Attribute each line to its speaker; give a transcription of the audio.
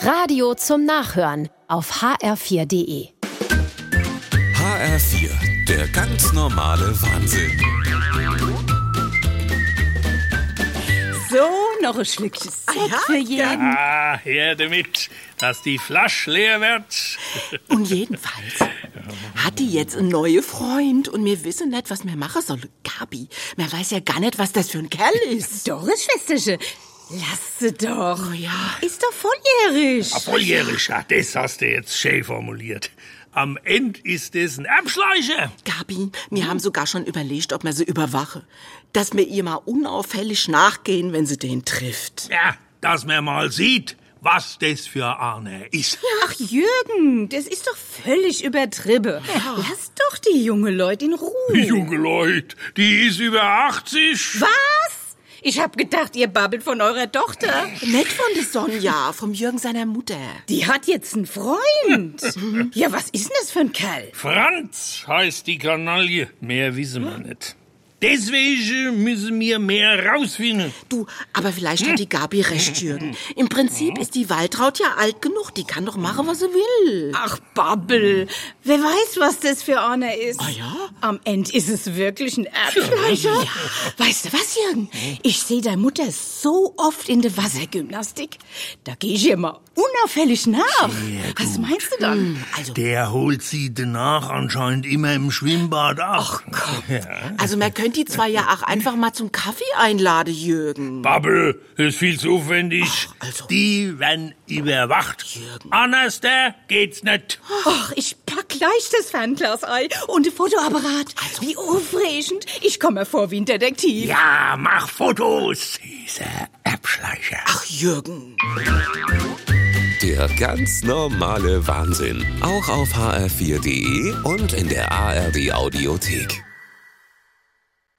Speaker 1: Radio zum Nachhören auf hr4.de.
Speaker 2: HR4, der ganz normale Wahnsinn.
Speaker 3: So, noch ein Schlückchen Sekt für jeden.
Speaker 4: Ah, her damit, dass die Flasche leer wird.
Speaker 5: Und jedenfalls hat die jetzt einen neuen Freund und wir wissen nicht, was wir machen sollen. Gabi, man weiß ja gar nicht, was das für ein Kerl ist. Oh
Speaker 3: Doris, Schwesterchen, lass sie doch.
Speaker 5: ja.
Speaker 3: Ist doch volljährig.
Speaker 4: Volljährig, ah, das hast du jetzt schön formuliert. Am Ende ist es ein Abschleicher.
Speaker 5: Gabi, wir
Speaker 3: Hm?
Speaker 5: haben sogar schon überlegt, ob wir sie überwache. Dass wir ihr mal unauffällig nachgehen, wenn sie den trifft.
Speaker 4: Ja, dass man mal sieht, was das für einer ist.
Speaker 5: Oh.
Speaker 3: Ach, Jürgen, das ist doch völlig übertrieben. Lass doch die junge Leute in Ruhe.
Speaker 4: Die junge Leute, die ist über 80.
Speaker 3: Was? Ich hab gedacht, ihr babbelt von eurer Tochter.
Speaker 5: Nicht von der Sonja, vom Jürgen seiner Mutter.
Speaker 3: Die hat jetzt einen Freund. ja, was ist denn das für ein Kerl?
Speaker 4: Franz heißt die Kanaille. Mehr wissen wir nicht. Deswegen müssen wir mehr rausfinden.
Speaker 5: Du, aber vielleicht hat die Gabi recht, Jürgen. Im Prinzip ist die Waltraud ja alt genug. Die kann doch machen, was sie will.
Speaker 3: Ach, Babbel. Wer weiß, was das für einer ist. Ah
Speaker 5: ja?
Speaker 3: Am Ende ist es wirklich ein Erbschleicher. Weißt du was, Jürgen? Ich sehe deine Mutter so oft in der Wassergymnastik. Da gehe ich ihr mal unauffällig nach. Was meinst du dann?
Speaker 5: Also,
Speaker 4: Der holt sie danach anscheinend immer im Schwimmbad ab. Ach
Speaker 5: also man könnte die zwei ja auch einfach mal zum Kaffee einladen, Jürgen.
Speaker 4: Babbel ist viel zu aufwendig.
Speaker 5: Ach, also.
Speaker 4: Die werden überwacht.
Speaker 5: Jürgen.
Speaker 4: Anders da geht's nicht.
Speaker 3: Ach, ich pack gleich das Fernglas-Ei und den Fotoapparat. Wie aufregend. Ich komme mir vor wie ein Detektiv.
Speaker 4: Ja, mach Fotos. Dieser Erbschleicher.
Speaker 5: Ach, Jürgen.
Speaker 2: Der ganz normale Wahnsinn. Auch auf hr4.de und in der ARD Audiothek.